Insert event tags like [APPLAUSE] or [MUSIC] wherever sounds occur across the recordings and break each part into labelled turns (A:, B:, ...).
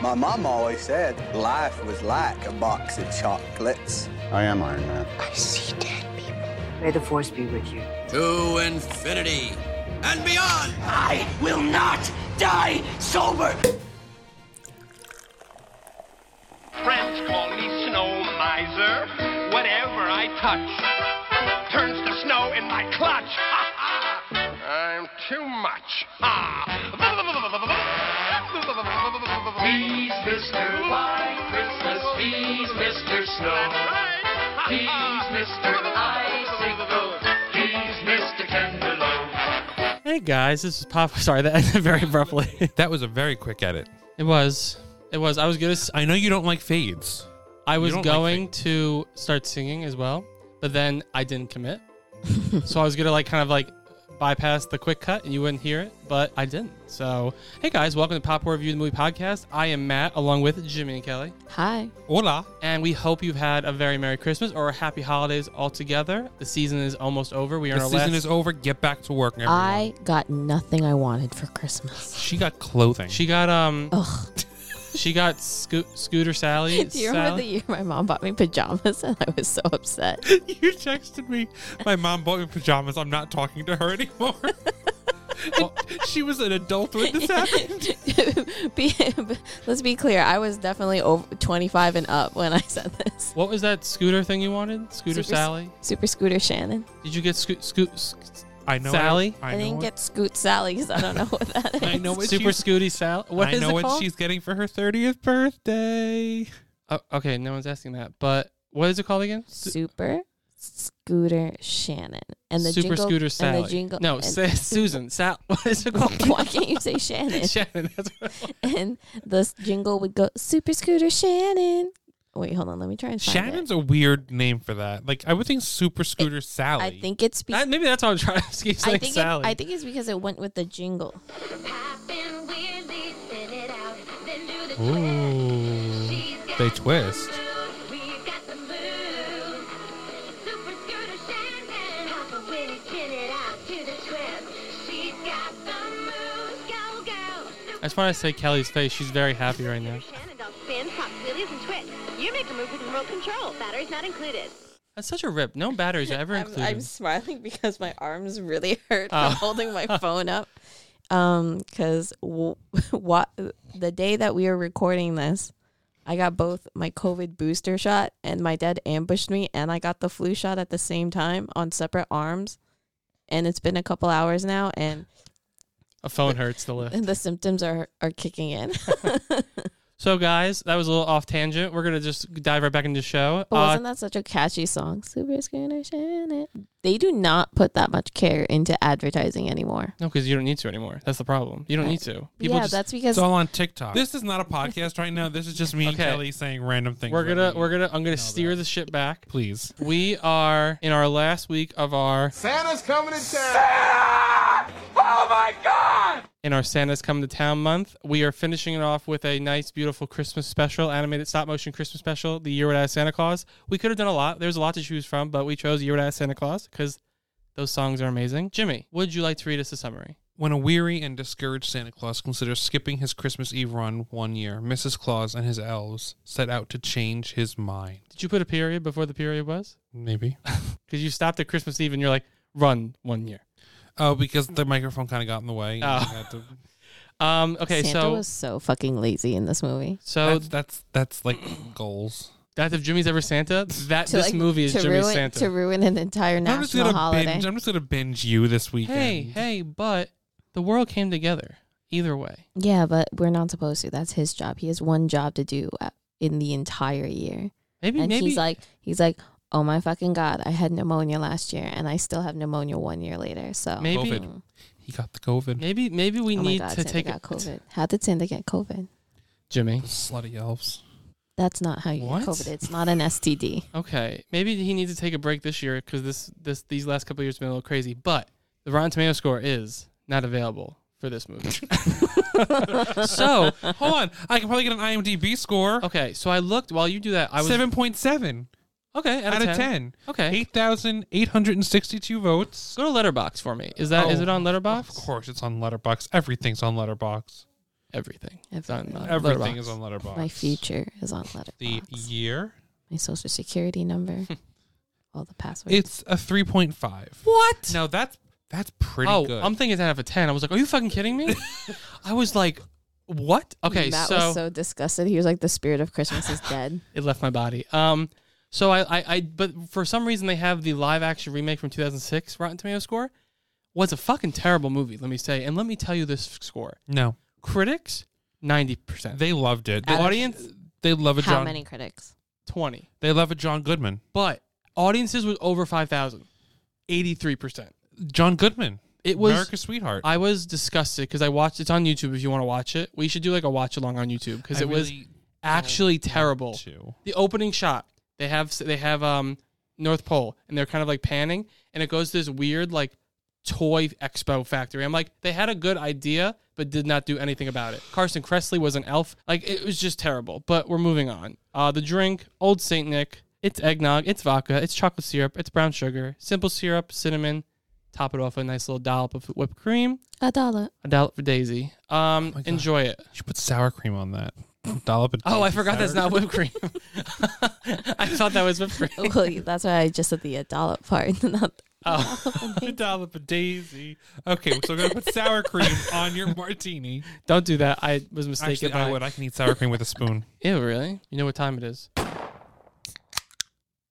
A: My mom always said life was like a box of chocolates.
B: I am Iron Man.
C: I see dead people. May the force be with you.
D: To infinity and beyond!
E: I will not die sober!
F: Friends call me Snow Miser. Whatever I touch turns to snow in my clutch. I'm too much.
G: He's Mr. White Christmas. He's Mr. Snow. He's Mr. Icicle. He's Mr. Tenderloin.
H: Hey guys, this is Pop. [LAUGHS] Sorry, that ended very abruptly. [LAUGHS]
I: That was a very quick edit.
H: It was. It was. I was gonna. s-
I: I know you don't like fades.
H: I was
I: don't like
H: going to start singing as well, but then I didn't commit. [LAUGHS] so I was gonna like kind of like bypass the quick cut and you wouldn't hear it, but I didn't. So hey guys, welcome to Pop War Review the Movie Podcast. I am Matt along with Jimmy and Kelly.
J: Hi.
I: Hola.
H: And we hope you've had a very Merry Christmas or a happy holidays altogether. The season is almost over. We are
I: The
H: in our
I: season
H: last
I: is over. Get back to work, everyone.
J: I got nothing I wanted for Christmas. [LAUGHS]
I: She got clothing.
H: She got um
J: Ugh.
H: she got sco- scooter Sally.
J: [LAUGHS] Do you remember the
H: Sally-
J: year my mom bought me pajamas [LAUGHS] and I was so upset?
I: [LAUGHS]
J: [LAUGHS]
I: you texted me. My mom bought me pajamas. I'm not talking to her
J: [LAUGHS]
I: anymore. Oh, she was an adult when this happened.
J: be, [LAUGHS] let's be clear. I was definitely over 25 and up when I [LAUGHS] said this.
H: what was that scooter thing you wanted? Scooter
J: Super-
H: Sally?
J: Super Scooter Shannon.
H: Did you get scoot scoot sc-
I: I know.
H: Sally?
I: I,
J: I,
I: I know.
J: didn't
I: what-
J: get Scoot Sally because I don't know what that
I: [LAUGHS]
J: is.
I: I
J: [LAUGHS]
I: know what
H: Super
I: she's.
H: Scooty Sally? What
I: I
H: is
I: know
H: it
I: what
H: called?
I: she's getting for her 30th birthday.
H: Oh, okay, no one's asking that. But what is it called again? S-
J: Super Scooter Shannon. And the
H: Super
J: jingle,
H: Scooter
J: and
H: Sally.
J: the jingle,
H: no, [LAUGHS]
J: and-
H: Sa- Susan. Sal. [LAUGHS] What is it called?
J: [LAUGHS] Why can't you say Shannon?
H: [LAUGHS] Shannon. That's what I want.
J: and the jingle would go Super Scooter Shannon. Wait, hold on. Let me try and find
I: Shannon's
J: it.
I: a weird name for that. Like I would think Super Scooter Sally.
J: I think it's because
H: That- maybe that's how I'm trying to keep
J: I
H: saying
J: think it,
H: Sally.
J: I think it's because it went with the jingle.
I: Ooh. They twist.
H: I just want to say Kelly's face. She's very happy right now.
K: Shannon Doll spins, pops wheelies, and twists. You make a move with remote control. Batteries not included.
H: That's such a rip. No batteries are ever
J: [LAUGHS] I'm,
H: included.
J: I'm smiling because my arms really [LAUGHS] hurt
H: Oh.
J: from holding
H: [LAUGHS]
J: my phone up. Um, because w- [LAUGHS] wa- the day that we were recording this, I got both my COVID booster shot and my dad ambushed me, and I got the flu shot at the same time on separate arms. And it's been a couple hours now, and
H: a phone hurts the
J: [LAUGHS]
H: lift.
J: the symptoms are are
H: [LAUGHS]
J: kicking in.
H: So, guys, that was a little off tangent. We're gonna just dive right back into the show. Uh,
J: But wasn't that such a catchy song? Super Scooter Shannon. They do not put that much care into advertising anymore.
H: no, because you don't need to anymore. That's the problem. You don't need to. People
J: Uh, yeah,
H: just.
J: that's because
H: it's all on TikTok.
I: This is not a podcast right now. This is just me and
H: Okay.
I: Kelly saying random things.
H: we're
I: that
H: gonna
I: we-
H: we're gonna I'm gonna steer the shit back.
I: please.
H: We are in our last week of our
B: Santa's coming to town.
H: in our Santa's Come to Town month. We are finishing it off with a nice, beautiful Christmas special, animated stop motion Christmas special, The Year Without a Santa Claus. We could have done a lot. There's a lot to choose from, but we chose The Year Without a Santa Claus because those songs are amazing. Jimmy, would you like to read us a summary?
I: When a weary and discouraged Santa Claus considers skipping his Christmas Eve run one year, Mrs. Claus and his elves set out to change his mind.
H: Did you put a period before the period was?
I: Maybe.
H: Because you stopped at Christmas Eve and you're like, run one year.
I: [LAUGHS] Oh, because the microphone kind of got in the way. and
H: Oh.
I: I had to-
H: Um, okay,
J: Santa
H: so
J: was so fucking lazy in this movie.
H: so
I: that's, that's that's like [CLEARS THROAT] goals.
H: that's if Jimmy's ever
J: [LAUGHS]
H: Santa. That Uh, this movie is
J: to
H: Jimmy's
J: ruin,
H: Santa.
J: To ruin an entire
I: I'm just
J: national
I: gonna
J: holiday.
I: binge. I'm just gonna binge you this weekend.
H: hey, hey, but the world came together either way.
J: Yeah, but we're not supposed to. That's his job. He has one job to do uh, in the entire year.
H: Maybe
J: And
H: maybe
J: he's like, he's like, oh my fucking god, I had pneumonia last year, and I still have pneumonia one year later. So
H: Maybe-
I: COVID. He got the COVID.
H: Maybe maybe we
J: oh my
H: need
J: god,
H: to
J: Santa
H: take
J: got COVID. How did Santa get COVID?
H: [LAUGHS] Jimmy.
I: Slutty elves.
J: That's not how you
H: What?
J: get COVID. It's not an STD.
H: Okay, maybe he needs to take a break this year because this this these last couple of years have been a little crazy. But the Rotten Tomato score is not available for this movie.
I: [LAUGHS]
H: so
I: Hold on, I can probably get an IMDb score.
H: [LAUGHS] okay, so I looked while you do that. I was
I: Seven point seven
H: okay
I: out of ten.
H: Okay,
I: Eight thousand eight hundred and sixty-two votes.
H: go to Letterbox for me. Is that is
I: Oh,
H: it on Letterbox?
I: Of course, it's on Letterbox. Everything's on Letterbox.
H: Everything. It's on Letterboxd.
I: Everything is on Letterboxd.
J: My future is on Letterboxd.
I: The year?
J: My social security
H: [LAUGHS]
J: number. all the passwords.
I: It's a 3.5.
H: What?
I: Now that's that's pretty
H: oh,
I: good.
H: I'm thinking 10 out of 10. I was like, are you fucking kidding
I: [LAUGHS]
H: me? I was like, what? Okay,
J: Matt
H: so.
J: was so disgusted. He was like, "The spirit of Christmas is dead."
H: [LAUGHS] It left my body. Um, so I, I, I, but for some reason they have the live action remake from 2006 Rotten Tomato score. Was a fucking terrible movie. Let me say, and let me tell you this score.
I: No.
H: Critics, ninety percent.
I: They loved it. The
J: Out of-
I: audience, they love a
J: How
I: John.
J: many critics?
H: Twenty,
I: They love a John Goodman.
H: but audiences was over 5,000. 83 percent.
I: John Goodman.
H: It was.
I: America's sweetheart.
H: I was disgusted because I watched. It's on YouTube. If you want to watch it, we should do like a watch along on YouTube because
I: I
H: it was
I: really
H: actually terrible.
I: to.
H: the opening shot they have they have um north pole and they're kind of like panning and it goes to this weird like toy expo factory i'm like they had a good idea but did not do anything about it carson kressley was an elf like it was just terrible but we're moving on uh the drink old saint nick it's eggnog it's vodka it's chocolate syrup it's brown sugar simple syrup cinnamon top it off with a nice little dollop of whipped cream
J: A dollar.
H: a dollop for daisy um enjoy it
I: You should put sour cream on that. Dollop it.
H: oh i forgot that's not whipped cream [LAUGHS] i thought that was whipped cream
J: [LAUGHS] [LAUGHS] well, that's why I just said the a dollar part. [LAUGHS] Not
H: Oh.
J: [LAUGHS]
H: [LAUGHS]
I: a dollop of Daisy. Okay, so we're gonna put sour cream on your martini.
H: Don't do that. I was mistaken.
I: Actually,
H: by-
I: I would. I can eat sour cream with a spoon.
H: Ew, really? You know what time it is?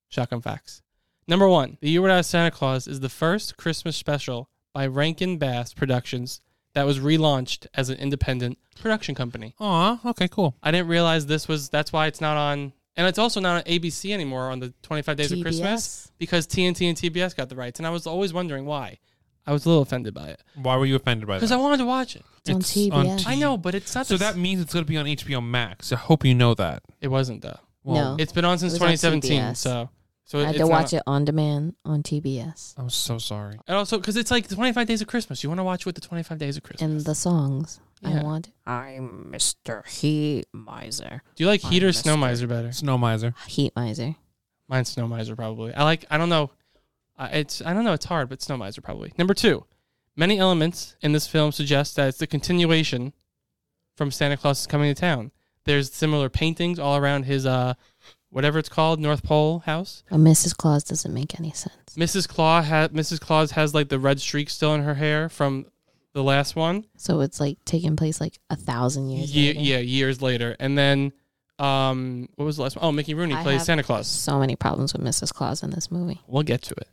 H: Shotgun facts. Number one, The Year Without Santa Claus is the first Christmas special by Rankin Bass Productions that was relaunched as an independent production company.
I: Aw, okay, cool.
H: I didn't realize this was, that's why it's not on, and it's also not on ABC anymore on the 25 Days of Christmas
J: TBS?
H: because TNT and TBS got the rights. And I was always wondering why. I was a little offended by it
I: Why were you offended by that?
H: because I wanted to watch it.
J: on
I: It's
J: TBS.
I: on T-
H: I know, but it's not
I: so
H: the s-
I: that means it's gonna be on HBO Max. I hope you know that.
H: it wasn't though.
J: no.
H: It's been on since
J: It was on
H: 2017,
J: CBS.
H: so so
J: I had to watch it on demand on TBS.
I: I'm so sorry.
H: And also because it's like 25 Days of Christmas, you want to watch with the 25 Days of Christmas.
J: And the songs
H: Yeah.
J: I want. I'm Mr. Heat Miser.
H: Do you like Heat or
J: Mine,
H: Snow
J: Mr.
H: Miser better?
I: Snow miser.
J: Heat Miser.
H: Mine's Snow Miser probably. I like I don't know, I it's I don't know it's hard, but Snow Miser probably. Number two, many elements in this film suggest that it's the continuation from Santa Claus is coming to town. There's similar paintings all around his uh whatever it's called North Pole house.
J: A Mrs. Claus doesn't make any sense.
H: Mrs. Claus ha- Mrs. Claus has like the red streak still in her hair from the last one.
J: So it's like taking place like a thousand years.
H: Ye-
J: later.
H: yeah, years later. And then um what was the last one? Oh, Mickey Rooney
J: I
H: plays
J: have
H: Santa Claus.
J: So many problems with Mrs. Claus in this movie.
H: We'll get to it.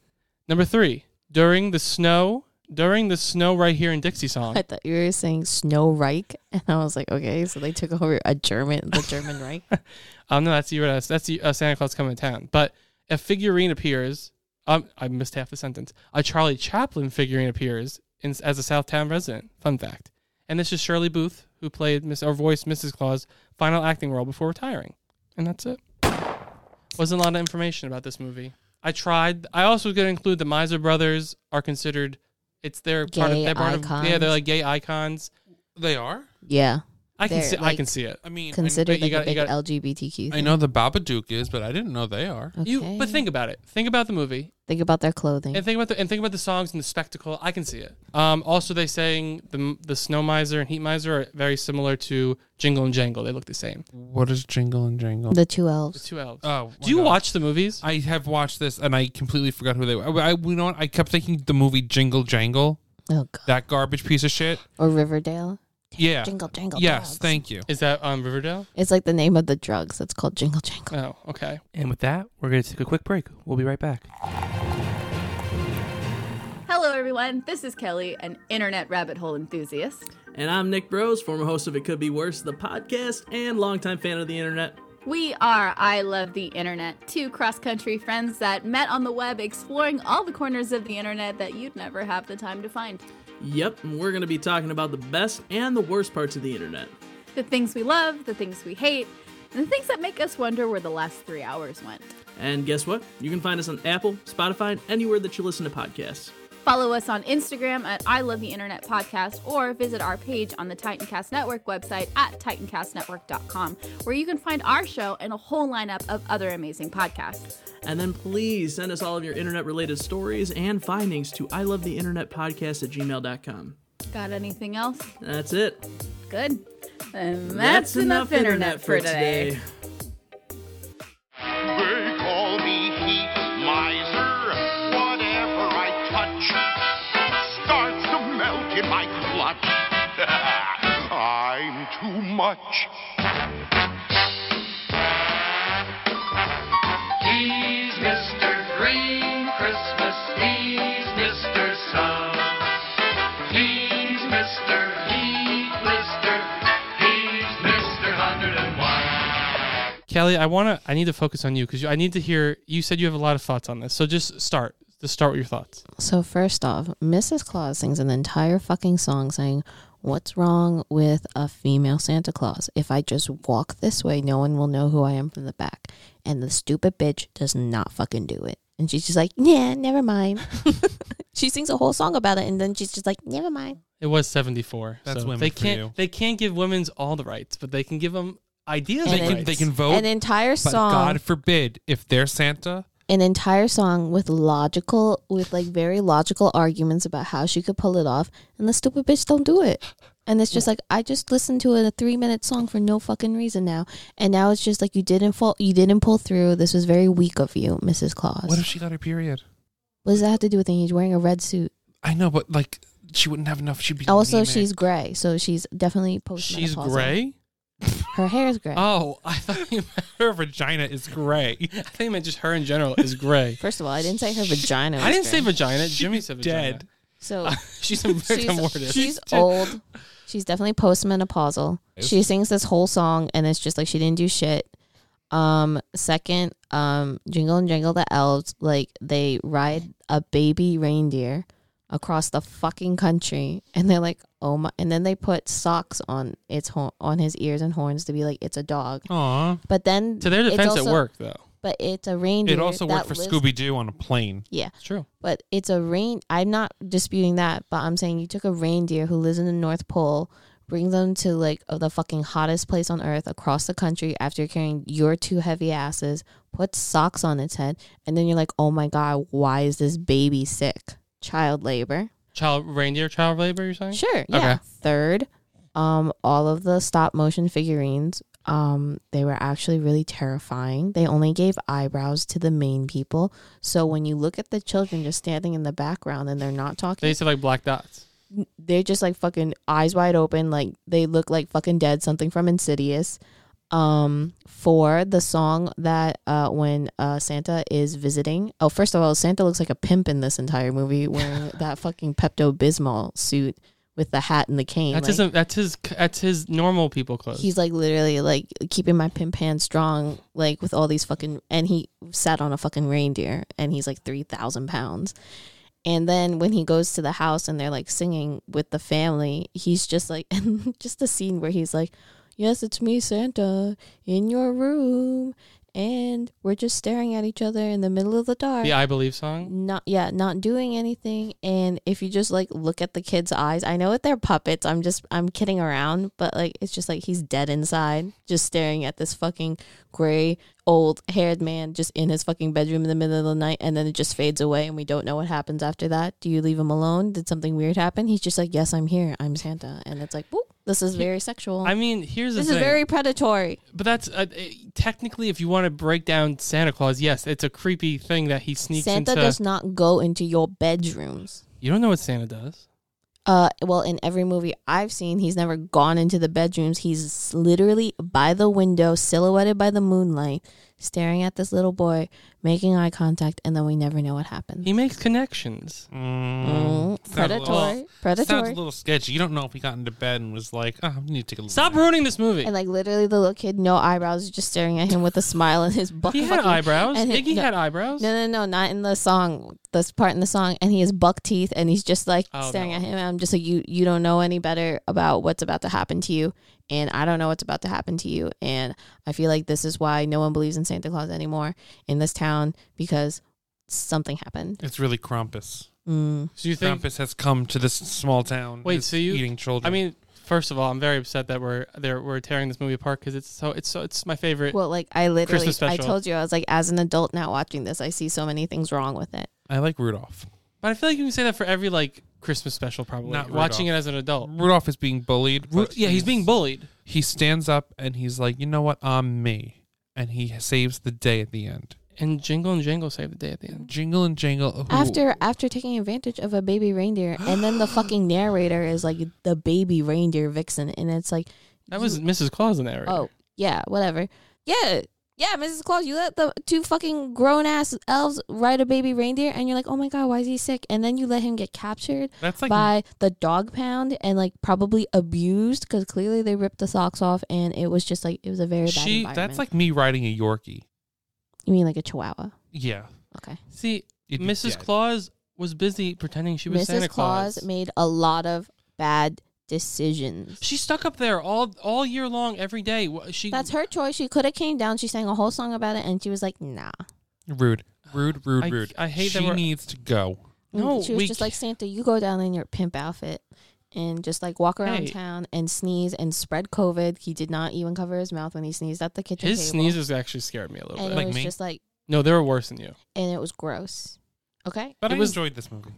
H: Number 3, during the snow, during the snow right here in Dixie song.
J: [LAUGHS] I thought you were saying Snow Reich, [LAUGHS] and I was like, okay, so they took over a German, the German Reich.
H: Um no, that's the that's the uh, Santa Claus coming to town. But a figurine appears. Um I missed half the sentence. A Charlie Chaplin figurine appears in, as a Southtown resident. Fun fact. And this is Shirley Booth who played Miss or voiced Mrs. Claus final acting role before retiring. And that's it. Wasn't a lot of information about this movie. I tried. I also was going to include the Miser brothers are considered. It's their part of
J: Gay
H: they're part of yeah
J: icons.
H: they're like gay icons.
I: They are.
J: Yeah,
H: I can
J: They're,
H: see I
J: like,
H: can see it.
I: I mean,
J: considered
H: you gotta-
J: like a
H: you
J: big
H: gotta-
J: LGBTQ.
I: I know the Babadook is, but I didn't know they are.
J: thing.
H: You but
J: Okay.
H: think about it. Think about the movie.
J: think about their clothing.
H: And think about the and think about the songs and the spectacle. I can see it. Um, also, they sang the the Snow Miser and Heat Miser are very similar to Jingle and Jangle. They look the same.
I: What is Jingle and Jangle?
J: the two
H: The
J: elves.
H: two elves.
I: oh, my
H: Do you
I: God.
H: watch the movies?
I: I have watched this and I completely forgot who they were. I, I- you know what? I kept thinking the movie Jingle Jangle,
J: Oh god.
I: that garbage piece of shit.
J: Or Riverdale.
I: Yeah.
J: Jingle jangle.
I: yes,
J: dogs.
I: thank you.
H: Is that um, Riverdale?
J: It's like the name of the drugs. It's called jingle jangle.
H: Oh, okay.
L: And with that, we're going to take a quick break. We'll be right back.
M: Hello, everyone. This is Kelly, an internet rabbit hole enthusiast.
L: And I'm Nick Bros, former host of It Could Be Worse, the podcast, and longtime fan of the internet.
M: We are I Love the Internet, two cross country friends that met on the web exploring all the corners of the internet that you'd never have the time to find.
L: Yep, and we're going to be talking about the best and the worst parts of the internet.
M: The things we love, the things we hate, and the things that make us wonder where the last three hours went.
L: And guess what? You can find us on Apple, Spotify, and anywhere that you listen to podcasts.
M: Follow us on Instagram at I Love the Internet Podcast or visit our page on the Titancast Network website at titancastnetwork.com, where you can find our show and a whole lineup of other amazing podcasts.
L: And then please send us all of your internet related stories and findings to I Love the Internet Podcast at gmail.com.
M: Got anything else?
L: That's it.
M: Good. And that's, enough, internet for today.
F: They call me heat miser. Whatever I touch starts to melt in my clutch. [LAUGHS] I'm too much.
G: He's Mr. Green Christmas. He's Mr. Sun. He's Mr. Heat Lister. He's Mr. 101.
H: Kelly, I want to. I need to focus on you because I need to hear. You said you have a lot of thoughts on this, so just start. Just start with your thoughts.
J: So first off, Mrs. Claus sings an entire fucking song saying, "What's wrong with a female Santa Claus? If I just walk this way, no one will know who I am from the back." And the stupid bitch does not fucking do it. And she's just like, "Yeah, never mind." she sings a whole song about it, and then she's just like, "Never mind."
H: It was seventy four.
I: That's women
H: They
I: for
H: can't.
I: you.
H: They can't give women's all the rights, but they can give them ideas.
J: They
H: of
J: can-
H: rights.
I: They can vote.
J: An entire
I: but
J: song.
I: God forbid if they're Santa.
J: an entire song with logical with like very logical arguments about how she could pull it off and the stupid bitch don't do it and it's just like i just listened to a three minute song for no fucking reason now and now it's just like you didn't fall you didn't pull through this was very weak of you mrs claus
I: What if she got her period?
J: what does that have to do with anything he's wearing a red suit
I: I know, but like she wouldn't have enough. She'd be
J: also
I: anemic.
J: she's gray so she's definitely post
H: She's gray.
J: her hair is gray
H: Oh, I thought you meant [LAUGHS] her vagina is gray. [LAUGHS] I think you meant just her in general is gray. [LAUGHS]
J: first of all i didn't say her vagina was
H: I didn't say
J: gray.
H: vagina. Jimmy said vagina.
I: dead. [LAUGHS]
J: so
H: she's a victim
J: she's,
H: artist.
J: she's old. She's definitely postmenopausal. She sings this whole song and it's just like she didn't do shit. Um, second, um, Jingle and Jingle the Elves, like they ride a baby reindeer across the fucking country and they're like, oh my, and then they put socks on its horn, on his ears and horns to be like, it's a dog.
I: Aw.
J: But then
I: To their
J: it's
I: defense, it
J: also-
I: worked, though.
J: But it's a reindeer.
I: It also worked
J: that
I: for
J: lives-
I: Scooby Doo on a plane.
J: yeah. It's
H: true.
J: But it's a rain I'm not disputing that, but I'm saying you took a reindeer who lives in the North Pole, bring them to like of the fucking hottest place on earth across the country after carrying your two heavy asses, put socks on its head, and then you're like, "Oh my god, why is this baby sick?" Child labor.
H: Child reindeer child labor. You're saying?
J: Sure. Yeah.
H: Okay.
J: Third, um, all of the stop motion figurines, um, they were actually really terrifying. They only gave eyebrows to the main people. So when you look at the children just standing in the background and they're not talking,
H: They used to have like black dots.
J: they're just like fucking eyes wide open, like they look like fucking dead, something from Insidious. Um, for the song that uh, when uh, Santa is visiting. Oh, first of all, Santa looks like a pimp in this entire movie, wearing that fucking Pepto Bismol suit with the hat and the cane.
H: That's
J: like,
H: his. That's his. That's his normal people clothes.
J: He's like literally like keeping my pimp hand strong, like with all these fucking. And he sat on a fucking reindeer, and he's like three thousand pounds. And then when he goes to the house and they're like singing with the family, he's just like, [LAUGHS] and just the scene where he's like, "Yes, it's me, Santa, in your room." And we're just staring at each other in the middle of the dark
H: the I believe song.
J: not yeah not doing anything and if you just like look at the kid's eyes i know that they're puppets i'm just i'm kidding around but like it's just like he's dead inside just staring at this fucking gray old haired man just in his fucking bedroom in the middle of the night and then it just fades away and we don't know what happens after that do you leave him alone did something weird happen he's just like yes i'm here i'm santa and it's like boop, this is very sexual
H: I mean, here's the
J: this is
H: thing.
J: very predatory
H: But that's uh, eh, technically, if you want to break down Santa Claus, yes, it's a creepy thing that he sneaks
J: santa
H: into.
J: does not go into your bedrooms
H: you don't know what Santa does.
J: Uh, well, in every movie I've seen, he's never gone into the bedrooms. He's literally by the window, silhouetted by the moonlight, staring at this little boy, making eye contact, and then we never know what happens.
H: He makes connections.
J: Mm,
I: Mm, Sounds a little-
J: predatory,
I: Sounds
J: predatory.
I: a little sketchy. You don't know if he got into bed and was like, oh, I need to take a little
H: Stop ruining this movie.
J: And like literally, the little kid, no eyebrows, just staring at him with a smile and his buck.
H: He had
J: fucking-
H: eyebrows.
J: and his-
H: Iggy
J: no-
H: had eyebrows.
J: No, no, no, not in the song. This part in the song, and he has buck teeth, and he's just like
H: Oh, that
J: staring at him. And I'm just like, you, you don't know any better about what's about to happen to you, and I don't know what's about to happen to you. And I feel like this is why no one believes in Santa Claus anymore in this town because something happened.
I: It's really Krampus.
J: Mm.
H: So you think-
I: Krampus has come to this small town?
H: Wait,
I: is
H: so you
I: eating children?
H: I mean, first of all, I'm very upset that we're there. We're tearing this movie apart because it's so it's so it's my favorite.
J: Well, like I literally,
H: Christmas
J: I
H: special.
J: told you, I was like, as an adult now watching this, I see so many things wrong with it.
I: I like Rudolph.
H: But I feel like you can say that for every like Christmas special, probably.
I: Not
H: Watching
I: Rudolph.
H: it as an adult.
I: Rudolph is being bullied.
H: Ru-
I: but
H: yeah, he's being bullied.
I: He stands up and he's like, you know what? I'm me. And he saves the day at the end.
H: And Jingle and Jangle save the day at the end.
I: Jingle and Jangle. who-
J: After after taking advantage of a baby reindeer, and
H: [GASPS]
J: then the fucking narrator is like the baby reindeer vixen, and it's like
H: That was Mrs. Claus in there. Right?
J: Mm. oh yeah, whatever, yeah, yeah, Mrs. Claus, you let the two fucking grown ass elves ride a baby reindeer, and you're like, oh my god, why is he sick? And then you let him get captured
I: That's like-
J: by the dog pound and like probably abused because clearly they ripped the socks off, and it was just like it was a very bad
I: she.
J: environment.
I: That's like me riding a Yorkie.
J: you mean like a chihuawa?
I: Yeah.
J: Okay.
H: See,
I: You'd be
H: Mrs.
I: dead.
H: Claus was busy pretending she was
J: Mrs.
H: Santa Claus.
J: Claus made a lot of bad decisions.
H: She stuck up there all all year long, every day. Wh- She
J: That's her choice. She could have came down. She sang a whole song about it, and she was like, "Nah."
I: Rude. Rude. Rude.
H: I-
I: rude.
H: I hate that
I: She
H: we're-
I: needs to go.
H: No,
J: she was
H: we
J: just like Santa. You go down in your pimp outfit and just like walk around
H: Hey.
J: town and sneeze and spread COVID. He did not even cover his mouth when he sneezed at the kitchen
H: his
J: table.
H: sneezes actually scared me a little
J: and
H: bit.
J: it was just like,
H: no, they were worse than you.
J: and it was gross. Okay,
I: But
H: It
I: I
H: was-
I: enjoyed this movie.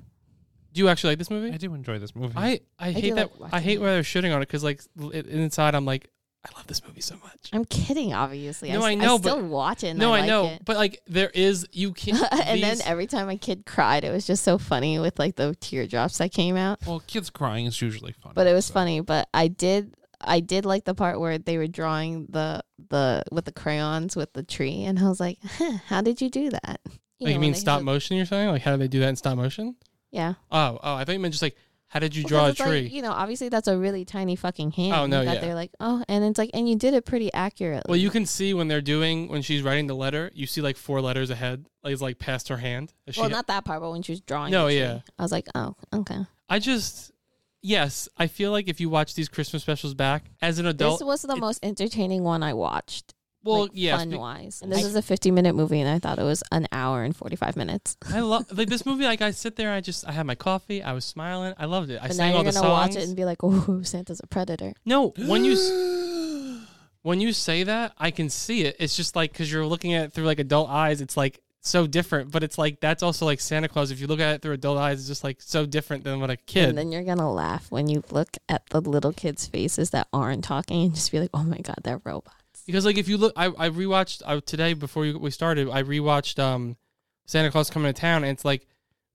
H: Do you actually like this movie?
I: I do enjoy this movie.
H: I, I,
J: I
H: hate
J: do
H: that.
J: like watching
H: I hate
J: it.
H: where they're shitting on it because like l- it- inside I'm like I love this movie so much.
J: I'm kidding. Obviously,
H: No, I
J: I, s-
H: know, but-
J: still watch it. And
H: no, I,
J: like
H: know,
J: it.
H: but like there is you can't.
J: [LAUGHS] and then
H: these-
J: every time my kid cried, it was just so funny with like the teardrops that came out.
I: Well, kids crying is usually funny.
J: but it was funny. But I did, I did like the part where they were drawing the the with the crayons with the tree, and I was like, huh, "How did you do that?"
H: like,
J: know,
H: Oh, you
J: when
H: mean
J: they
H: stop
J: have-
H: motion? You're saying like how do they do that in stop motion?
J: Yeah,
H: Oh, oh, I thought you meant just like how did you
J: Because
H: draw a
J: it's like,
H: tree?
J: you know, obviously that's a really tiny fucking hand.
H: Oh, no,
J: that
H: yeah.
J: they're like, oh, and it's like, and you did it pretty accurately.
H: well, you can see when they're doing when she's writing the letter, you see like four letters ahead, like it's like past her hand. as
J: well,
H: she-
J: not that part, but when she was drawing.
H: No,
J: the tree,
H: yeah.
J: I was like, oh, okay.
H: I just yes, I feel like if you watch these Christmas specials back as an adult,
J: this was the most entertaining one I watched.
H: Well,
J: like,
H: yes,
J: fun
H: be-
J: wise, and this
H: I-
J: is a fifty-minute movie, and I thought it was an hour and forty-five minutes.
H: I
J: [LAUGHS]
H: love like this movie. Like I sit there, I just I had my coffee, I was smiling, I loved it. I
J: but now
H: sang
J: you're
H: all the
J: gonna
H: songs.
J: watch it and be like, oh, [LAUGHS] Santa's a predator.
H: no, when you
J: [GASPS]
H: s- when you say that, I can see it. It's just like because you're looking at it through like adult eyes, it's like so different. But it's like that's also like Santa Claus. If you look at it through adult eyes, it's just like so different than what a kid.
J: And then you're gonna laugh when you look at the little kids' faces that aren't talking and just be like, "Oh my god, they're robots."
H: because like if you look, I I rewatched I, today before you- we started. I rewatched um Santa Claus coming to town, and it's like.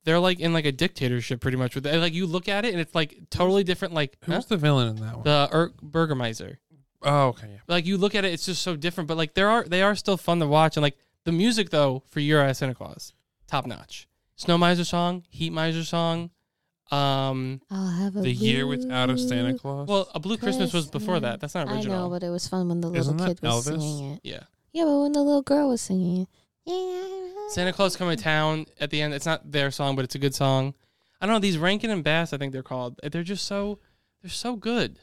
H: They're like in like a dictatorship, pretty much. With the, like you look at it, and it's like totally different. Like
I: [GASPS] Who's
H: huh?
I: the villain in that one?
H: the Ur- Burgermeister.
I: oh, okay. Yeah.
H: like you look at it, it's just so different. But like there are they are still fun to watch, and like the music though for Euro Santa Claus, top notch. Snow Miser song, Heat Miser song. Um,
J: I'll have a
I: The year without a Santa
J: blue
I: Claus.
H: well, a Blue Christmas was before that.
J: Christmas.
H: That's not
J: I know,
H: original.
J: but it was fun when the little
I: Isn't that
J: kid was
I: Elvis?
J: singing it.
H: Yeah,
J: Yeah, but when the little girl was singing it, yeah.
H: Santa Claus coming to town at the end. It's not their song, but it's a good song. I don't know these Rankin and Bass. I think they're called. They're just so they're so good.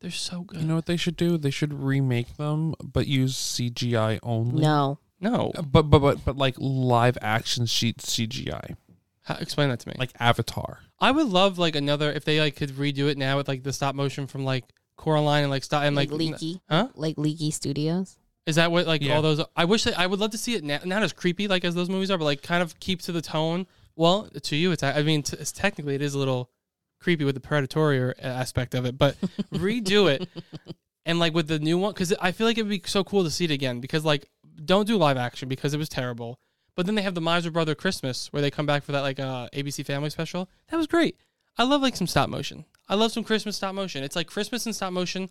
H: They're so good.
I: You know what they should do? They should remake them, but use CGI only.
J: No,
H: No,
I: But but but but like live action sheet CGI,
H: How, explain that to me.
I: like Avatar.
H: I would love like another if they like could redo it now with like the stop motion from like Coraline and like stop and like
J: like, leaky,
H: huh?
J: like leaky studios.
H: Is that what like
I: Yeah.
H: all those? I wish that I would love to see it now, not as creepy like as those movies are, but like kind of keep to the tone. Well, to you, it's I mean, t- it's technically it is a little creepy with the predatory uh, aspect of it, but redo it and like with the new one because I feel like it would be so cool to see it again because like don't do live action because it was terrible. But then they have the Miser Brother Christmas where they come back for that like uh, ABC Family special. That was great. I love like some stop motion. I love some Christmas stop motion. It's like Christmas and stop motion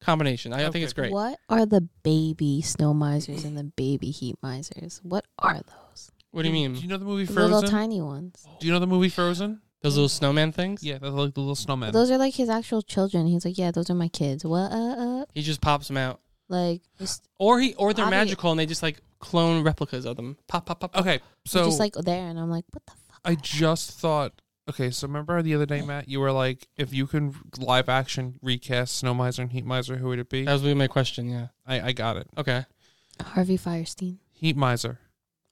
H: combination. I, I think it's great.
J: What are the baby snow misers and the baby heat misers? What are those?
H: What do you mean?
I: Do you know the movie
J: The
I: Frozen?
J: Mm. Little tiny ones.
I: do you know the movie Frozen?
H: Those little snowman things.
I: Yeah, that's like the little snowman.
J: Those are like his actual children. He's like, yeah, those are my kids. What? Uh, uh,
H: He just pops them out,
J: like, just,
H: or he or they're
J: Obvi-
H: magical and they just like clone replicas of them. Pop, pop, pop. pop.
I: okay, so
J: so, just like there, and I'm like, what the fuck?
I: I just thought. Okay, so remember the other day, Matt, you were like, if you can live action recast Snow Miser and Heat Miser, who would it be?
H: that was really my question. Yeah.
I: I, I got it.
H: Okay.
J: Harvey Firestein.
I: Heat Miser.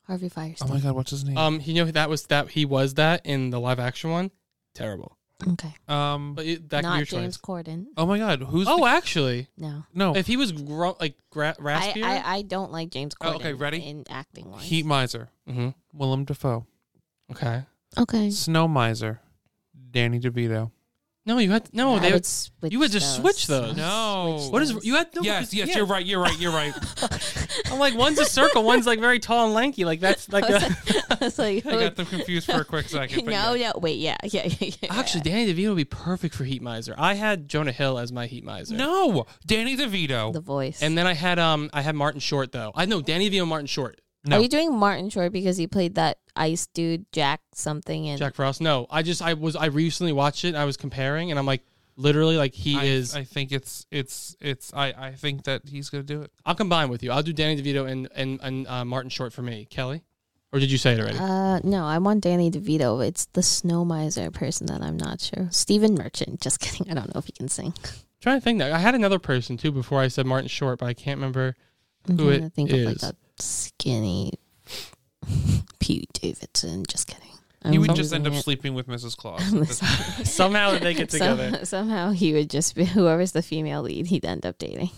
J: Harvey
I: Oh
J: Firestein.
I: my God, what's his name?
H: Um, he knew that was that he was that in the live action one. Terrible.
J: okay.
I: Um,
H: But it, that could be
J: Not
H: your
J: James
H: choice.
J: Corden.
I: oh my God, who's?
H: Oh,
I: the-
H: actually,
J: No.
I: no,
H: if he was gro- like gra-
J: I,
H: raspier,
J: I, I don't like James
I: Oh,
J: Corden.
I: okay, ready?
J: In acting wise.
I: Heat Miser.
H: hmm
I: Willem Dafoe.
H: okay.
J: okay.
I: Snow Miser. Danny DeVito.
H: No, you had no.
I: I
H: They
I: would
H: would,
I: switch
H: you would just
I: those.
H: switch those.
I: No.
H: what is you
J: [LAUGHS]
H: had? No,
I: yes,
H: because-
I: yes,
H: yeah.
I: you're right, you're right,
H: [LAUGHS]
I: you're right.
H: I'm like one's a circle, one's like very tall and lanky. Like that's like.
J: I
H: a-
J: was [LAUGHS] like,
I: I got them
J: [LAUGHS]
I: confused for a quick
H: [LAUGHS]
I: second. But
J: no, no, wait, yeah, yeah, yeah, [LAUGHS] yeah.
H: Actually, Danny DeVito would be perfect for Heat Miser. I had Jonah Hill as my Heat Miser.
I: No, Danny DeVito. The
J: voice.
H: And then I had um I had Martin Short though. I know Danny DeVito, and Martin Short.
J: Are you doing Martin Short because he played that ice dude Jack something in
H: Jack Frost. No, I just I was I recently watched it. and I was comparing, and I'm like, literally, like he
I: I,
H: is.
I: I think it's it's it's I I think that he's gonna do it.
H: I'll combine with you. I'll do Danny DeVito and and and uh, Martin Short for me, Kelly. Or did you say it already?
J: Uh, no, I want Danny DeVito. It's the snow miser person that I'm not sure. Stephen Merchant. Just [LAUGHS] kidding. I don't know if he can sing.
H: trying to think. Now. I had another person too before I said Martin Short, but I can't remember
J: I'm
H: who
J: trying to
H: it
J: think of like
H: is.
J: that skinny Pete Davidson. Just kidding.
I: you
J: I'm
I: would just
J: losing
I: end up
J: it.
I: sleeping with
H: [LAUGHS]
I: Mrs. Claus.
J: I'm
I: [LAUGHS]
J: sorry.
H: Somehow they get
J: Some-
H: together.
J: [LAUGHS] somehow he would just be whoever's the female lead. He'd end up dating.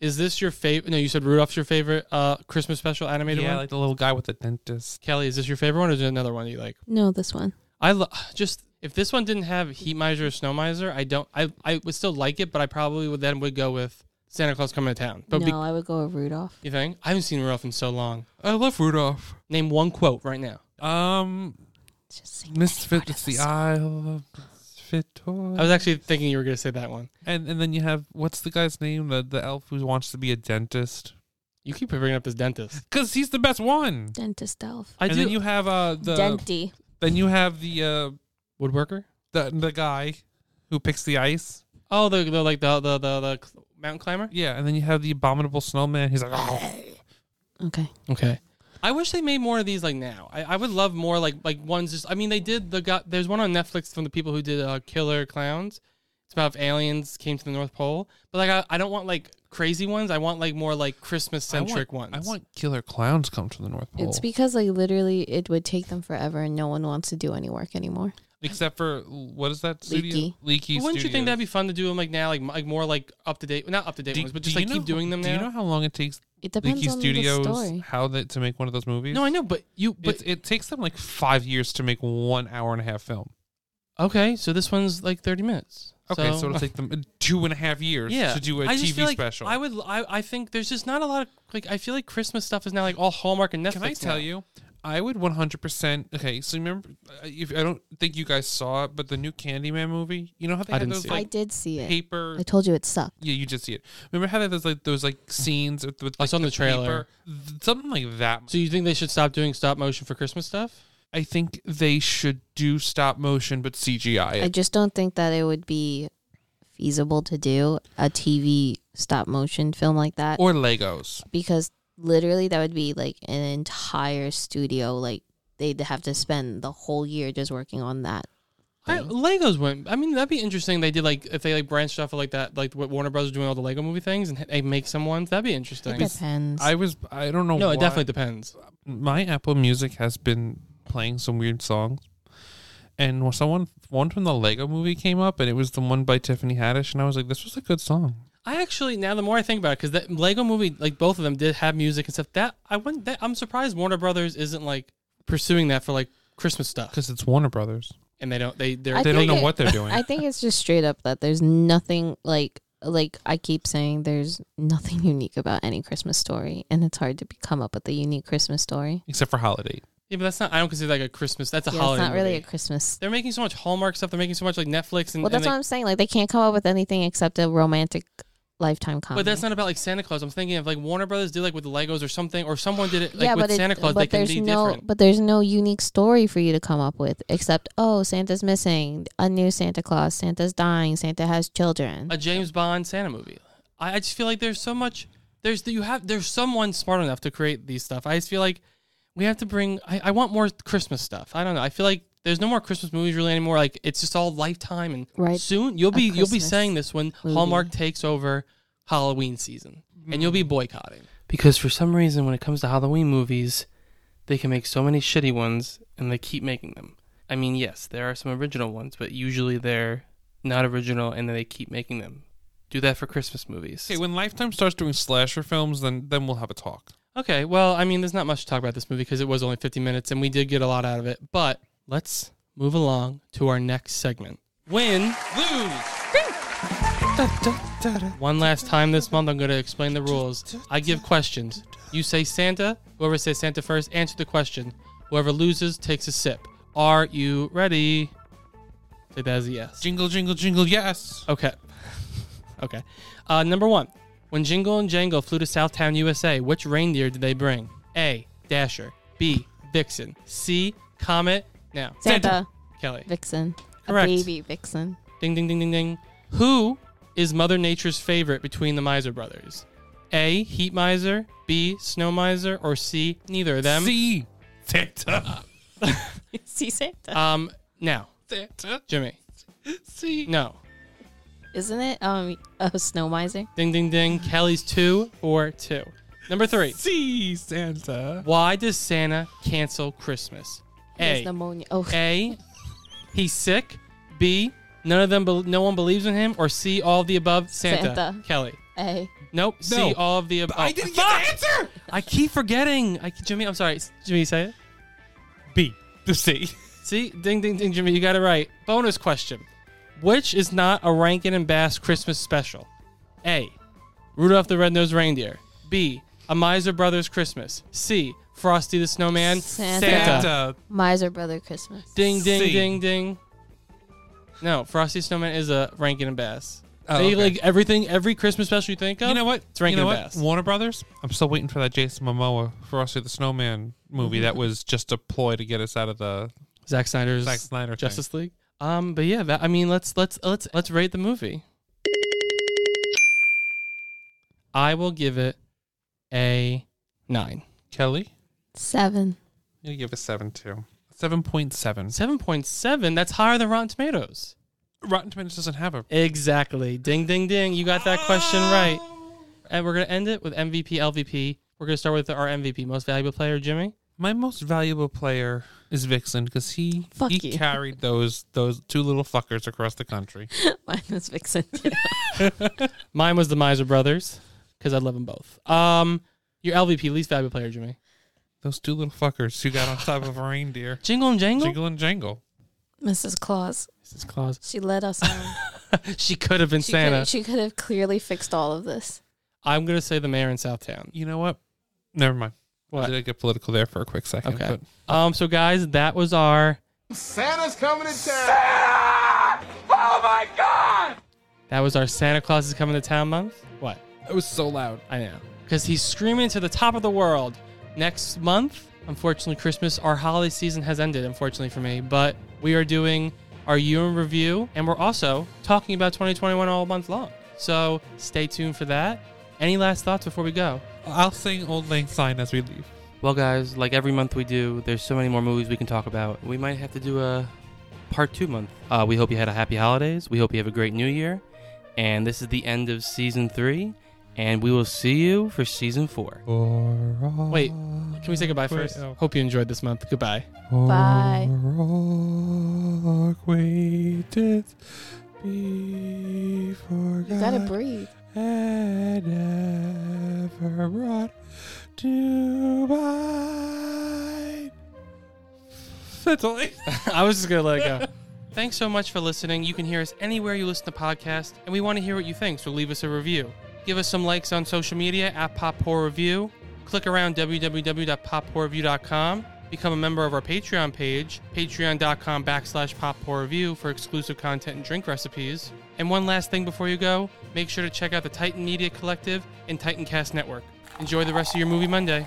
H: Is this your favorite? No, you said Rudolph's your favorite uh, Christmas special animated
I: yeah,
H: one.
I: like the little guy with the dentist.
H: Kelly, is this your favorite one or is there another one you like?
J: No, this one.
H: I lo- [SIGHS] just if this one didn't have Heat Miser or Snow Miser, I don't. I I would still like it, but I probably would then would go with Santa Claus coming to town. But
J: no,
H: be-
J: I would go with Rudolph.
H: [LAUGHS] you think I haven't seen Rudolph in so long.
I: I love Rudolph.
H: Name one quote right now.
I: Um, Misfit. It's the eye of Misfit toy.
H: I was actually thinking you were going to say that one.
I: and and then you have what's the guy's name? The the elf who wants to be a dentist
H: You keep bringing up this dentist.
I: because he's the best one.
J: Dentist elf.
H: I
I: and
H: do-
I: then you have uh the
J: Denty.
I: Then you have the uh
H: Woodworker.
I: the the guy who picks the ice.
H: Oh, the, the like the the the, the cl- mountain climber.
I: Yeah, and then you have the abominable snowman. He's like, "Oh."
J: Okay.
H: Okay. I wish they made more of these like now. I, I would love more like like ones just. I mean, they did the guy. There's one on Netflix from the people who did uh, Killer Clowns. It's about if aliens came to the North Pole. But like, I, I don't want like crazy ones. I want like more like Christmas centric
I: I want-
H: ones.
I: I want killer clowns come to the North Pole.
J: It's because like literally it would take them forever and no one wants to do any work anymore.
I: Except for what is that studio?
J: Leaky.
I: Leaky.
H: But wouldn't you think
I: Studios.
H: that'd be fun to do them like now, like m- like more like up to date, not up to date
I: Do-
H: ones, but
I: do
H: just
I: you
H: like keep
I: know-
H: doing them
I: Do
H: now?
I: you know how long it takes
J: It depends
I: Leaky
J: on the
I: Studios
J: story.
I: how that to make one of those movies?
H: no, I know, but you. But
I: It's, it takes them like five years to make one hour and a half film.
H: okay, so this one's like thirty minutes.
I: Okay, so, it'll take them two and a half years
H: yeah.
I: to do a
H: I just
I: TV
H: feel like
I: special.
H: I would. I, I think there's just not a lot of like. I feel like Christmas stuff is now like all Hallmark and Netflix.
I: Can I tell
H: now.
I: you? I would 100%. Okay, so remember, uh, if, I don't think you guys saw it, but the new Candyman movie, you know how they
H: I
I: had
H: didn't
I: those
H: see it.
I: like
J: I did see it.
I: paper.
J: I told you it sucked.
I: Yeah, you did see it. Remember how there's like those like scenes with, with
H: I
I: like,
H: saw in the trailer.
I: paper? Th- something like that.
H: So you think they should stop doing stop motion for Christmas stuff?
I: I think they should do stop motion but CGI. It.
J: I just don't think that it would be feasible to do a TV stop motion film like that
I: or Legos.
J: because literally that would be like an entire studio like they'd have to spend the whole year just working on that.
H: I, Legos went. I mean, that'd be interesting. They did like if they like branched off of like that, like what Warner Brothers doing all the Lego movie things, and they make some ones. That'd be interesting.
J: It depends.
I: I was I don't know.
H: No, it
I: why-
H: definitely depends.
I: My Apple Music has been playing some weird songs, and when someone one from the Lego Movie came up, and it was the one by Tiffany Haddish, and I was like, "This was a good song."
H: I actually now the more I think about it, because that Lego movie, like both of them, did have music and stuff. That I wouldn't. That, I'm surprised Warner Brothers isn't like pursuing that for like Christmas stuff,
I: Because it's Warner Brothers.
H: and they don't. They they're,
J: I
I: They don't
J: think
I: know
J: it-
H: [LAUGHS]
I: what they're doing.
J: [LAUGHS] I think it's just straight up that there's nothing like like I keep saying there's nothing [LAUGHS] unique about any Christmas story and it's hard to be- come up with a unique Christmas story.
I: Except for Holiday.
H: Yeah, but that's not. I don't consider like a Christmas. That's a
J: Yeah, it's
H: holiday.
J: not really a
H: movie.
J: Christmas
H: They're making so much Hallmark stuff. They're making so much like Netflix and.
J: Well, that's
H: and
J: what I'm saying. Like they can't come up with anything except a romantic lifetime
H: they,
J: comedy.
H: but that's not about like Santa Claus. I'm thinking of like Warner Brothers did like with the Legos or something, or someone did it like with
J: it-
H: Santa Claus. They can
J: there's
H: be
J: no,
H: different.
J: But there's no unique story for you to come up with except oh, Santa's missing, a new Santa Claus, Santa's dying, Santa has children.
H: A James Bond Santa movie. I, I just feel like there's so much. There's you have there's someone smart enough to create these stuff. I just feel like we have to bring. I, I want more Christmas stuff. I don't know. I feel like there's no more Christmas movies really anymore. Like it's just all Lifetime and
J: Right.
H: soon you'll
J: A
H: be you'll be
J: Christmas
H: saying this when
J: movie.
H: Hallmark takes over Halloween season, and you'll be
J: Mm.
H: boycotting because for some reason when it comes to Halloween movies, they can make so many shitty ones and they keep making them. I mean, yes, there are some original ones, but usually they're not original and then they keep making them. Do that for Christmas movies.
I: Okay, when Lifetime starts doing slasher films, then then we'll have a talk.
H: Okay, well, I mean, there's not much to talk about this movie because it was only 50 minutes and we did get a lot out of it, but let's move along to our next segment. Win, lose. One last time this month, I'm going to explain the rules. I give questions. You say Santa. Whoever says Santa first, answer the question. Whoever loses takes a sip. Are you ready? Take that as a yes.
I: Jingle, jingle, jingle, yes.
H: Okay. [LAUGHS] okay. Uh, number one. When Jingle and Jangle flew to Southtown, USA, which reindeer did they bring? A. Dasher. B. Vixen. C. Comet. Now.
J: Santa.
H: Kelly.
J: Vixen.
H: Correct.
J: A baby
H: [LAUGHS]
J: vixen.
H: Ding, ding, ding, ding, ding. Who is Mother Nature's favorite between the Miser brothers? A. Heat Miser. B. Snow Miser. Or C. Neither of them.
I: C. Santa.
J: See Santa.
H: Um. Now,
I: Santa.
H: Jimmy.
I: See.
H: No.
J: Isn't it um a snow miser?
H: Ding, ding, ding. Kelly's two or two. Number three.
I: See Santa.
H: Why does Santa cancel Christmas?
J: He
H: [LAUGHS]
J: has pneumonia. Oh.
H: A. He's sick. B. None of them. bel no one believes in him. Or C. All of the above. Santa.
J: Santa.
H: Kelly.
J: A.
H: Nope.
I: No.
H: C. All of the above.
I: I didn't get the answer.
H: I keep forgetting. I, Jimmy, I'm sorry. S- Jimmy, say it.
I: B. The C.
H: See, ding, ding, ding, Jimmy, you got it right. Bonus question: Which is not a Rankin and Bass Christmas special? A. Rudolph the Red-Nosed Reindeer. B. A Miser Brothers Christmas. C. Frosty the Snowman.
J: Santa.
I: Santa.
J: Miser brother Christmas.
H: Ding, ding,
I: C.
H: ding, ding. No, Frosty Snowman is a Rankin and Bass.
I: Oh,
H: they
I: okay.
H: like everything, every Christmas special you think of.
I: You know what?
H: It's Rankin
I: you know
H: and
I: what?
H: Bass.
I: Warner Brothers. I'm still waiting for that Jason Momoa Frosty the Snowman movie that was just a ploy to get us out of the
H: Zack Snyder's
I: Zack Snyder thing.
H: Justice League. Um, but yeah, that, I mean, let's let's let's let's rate the movie. I will give it a nine,
I: Kelly.
J: Seven. [LAUGHS]
I: You give a seven too. Seven point seven.
H: seven point seven. That's higher than Rotten Tomatoes.
I: Rotten Tomatoes doesn't have a.
H: Exactly. Ding, ding, ding. You got that question right. And we're gonna end it with MVP, LVP. We're gonna start with our MVP, Most Valuable Player, Jimmy.
I: My most valuable player is Vixen because he
J: Fuck
I: he
J: you.
I: carried those those two little fuckers across the country.
J: Mine was vixen. [LAUGHS] too.
H: Mine was the Miser Brothers because I love them both. Um, your LVP, least valuable player, Jimmy.
I: Those two little fuckers who got on top of a reindeer.
H: Jingle and jangle.
I: Jingle and jangle.
J: Mrs. Claus.
H: Mrs. Claus.
J: She
H: [LAUGHS]
J: let us on.
H: she could have been
J: She
H: Santa.
J: could, she could have clearly fixed all of this.
H: I'm gonna say the mayor in Southtown.
I: You know what? Never mind.
H: What?
I: I did get political there for a quick second.
H: Okay.
I: But
H: Um. So guys, that was our
B: Santa's coming to town.
H: that was our Santa Claus is coming to town month. What?
I: it was so loud.
H: I know because he's screaming to the top of the world. Next month, unfortunately, Christmas, our holiday season has ended. Unfortunately for me, but we are doing our year in review, and we're also talking about 2021 all month long. So stay tuned for that. Any last thoughts before we go?
I: I'll sing Old Lang Syne as we leave.
H: Well, guys, like every month we do, there's so many more movies we can talk about. We might have to do a part two month. Uh, we hope you had a happy holidays. We hope you have a great new year. And this is the end of season three. And we will see you for season four. Wait, can we say goodbye
I: Wait,
H: first?
I: oh.
H: Hope you enjoyed this month. Goodbye.
J: Bye.
I: Rock waiteth before
J: You gotta
I: God
J: breathe.
I: had ever brought to mind. That's all I-
H: I was just gonna let it go. [LAUGHS] Thanks so much for listening. You can hear us anywhere you listen to podcasts, and we want to hear what you think, so leave us a review. Give us some likes on social media at Pop Horror Review. Click around www.pophorrorreview.com. Become a member of our Patreon page, patreon.com backslash Pop Horror Review for exclusive content and drink recipes. And one last thing before you go, make sure to check out the Titan Media Collective and Titan Cast Network. Enjoy the rest of your movie Monday.